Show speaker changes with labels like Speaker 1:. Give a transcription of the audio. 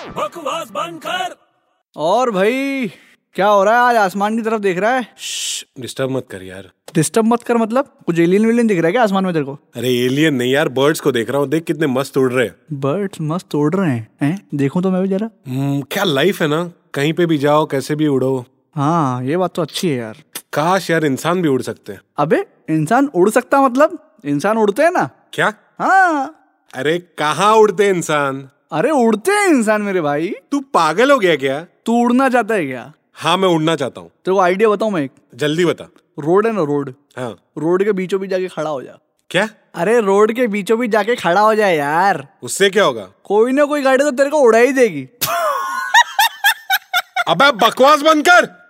Speaker 1: आवाज बंद कर
Speaker 2: और भाई क्या हो रहा है आज आसमान की तरफ देख रहा है
Speaker 3: डिस्टर्ब मत कर यार
Speaker 2: डिस्टर्ब मत कर मतलब कुछ एलियन विलियन दिख रहा है क्या आसमान में तेरे को
Speaker 3: अरे एलियन नहीं यार बर्ड्स को देख रहा हूँ देख कितने मस्त उड़ रहे हैं
Speaker 2: बर्ड्स मस्त उड़ रहे हैं हैं देखूं तो मैं भी जरा
Speaker 3: हम्म, क्या लाइफ है ना कहीं पे भी जाओ कैसे भी उड़ो
Speaker 2: हाँ ये बात तो अच्छी है यार
Speaker 3: काश यार इंसान भी उड़ सकते हैं
Speaker 2: अबे इंसान उड़ सकता मतलब इंसान उड़ते हैं ना
Speaker 3: क्या
Speaker 2: हाँ
Speaker 3: अरे कहाँ उड़ते हैं इंसान
Speaker 2: अरे उड़ते हैं इंसान मेरे भाई
Speaker 3: तू पागल हो गया क्या
Speaker 2: तू उड़ना चाहता है क्या
Speaker 3: हाँ मैं उड़ना चाहता हूँ
Speaker 2: तेरे को आइडिया बताऊं मैं एक
Speaker 3: जल्दी बता
Speaker 2: रोड है ना रोड
Speaker 3: हाँ
Speaker 2: रोड के बीचों बीच जाके खड़ा हो जा
Speaker 3: क्या
Speaker 2: अरे रोड के बीचों बीच जाके खड़ा हो जाए यार
Speaker 3: उससे क्या होगा
Speaker 2: कोई ना कोई गाड़ी तो तेरे को उड़ा ही देगी
Speaker 3: अबे बकवास बंद कर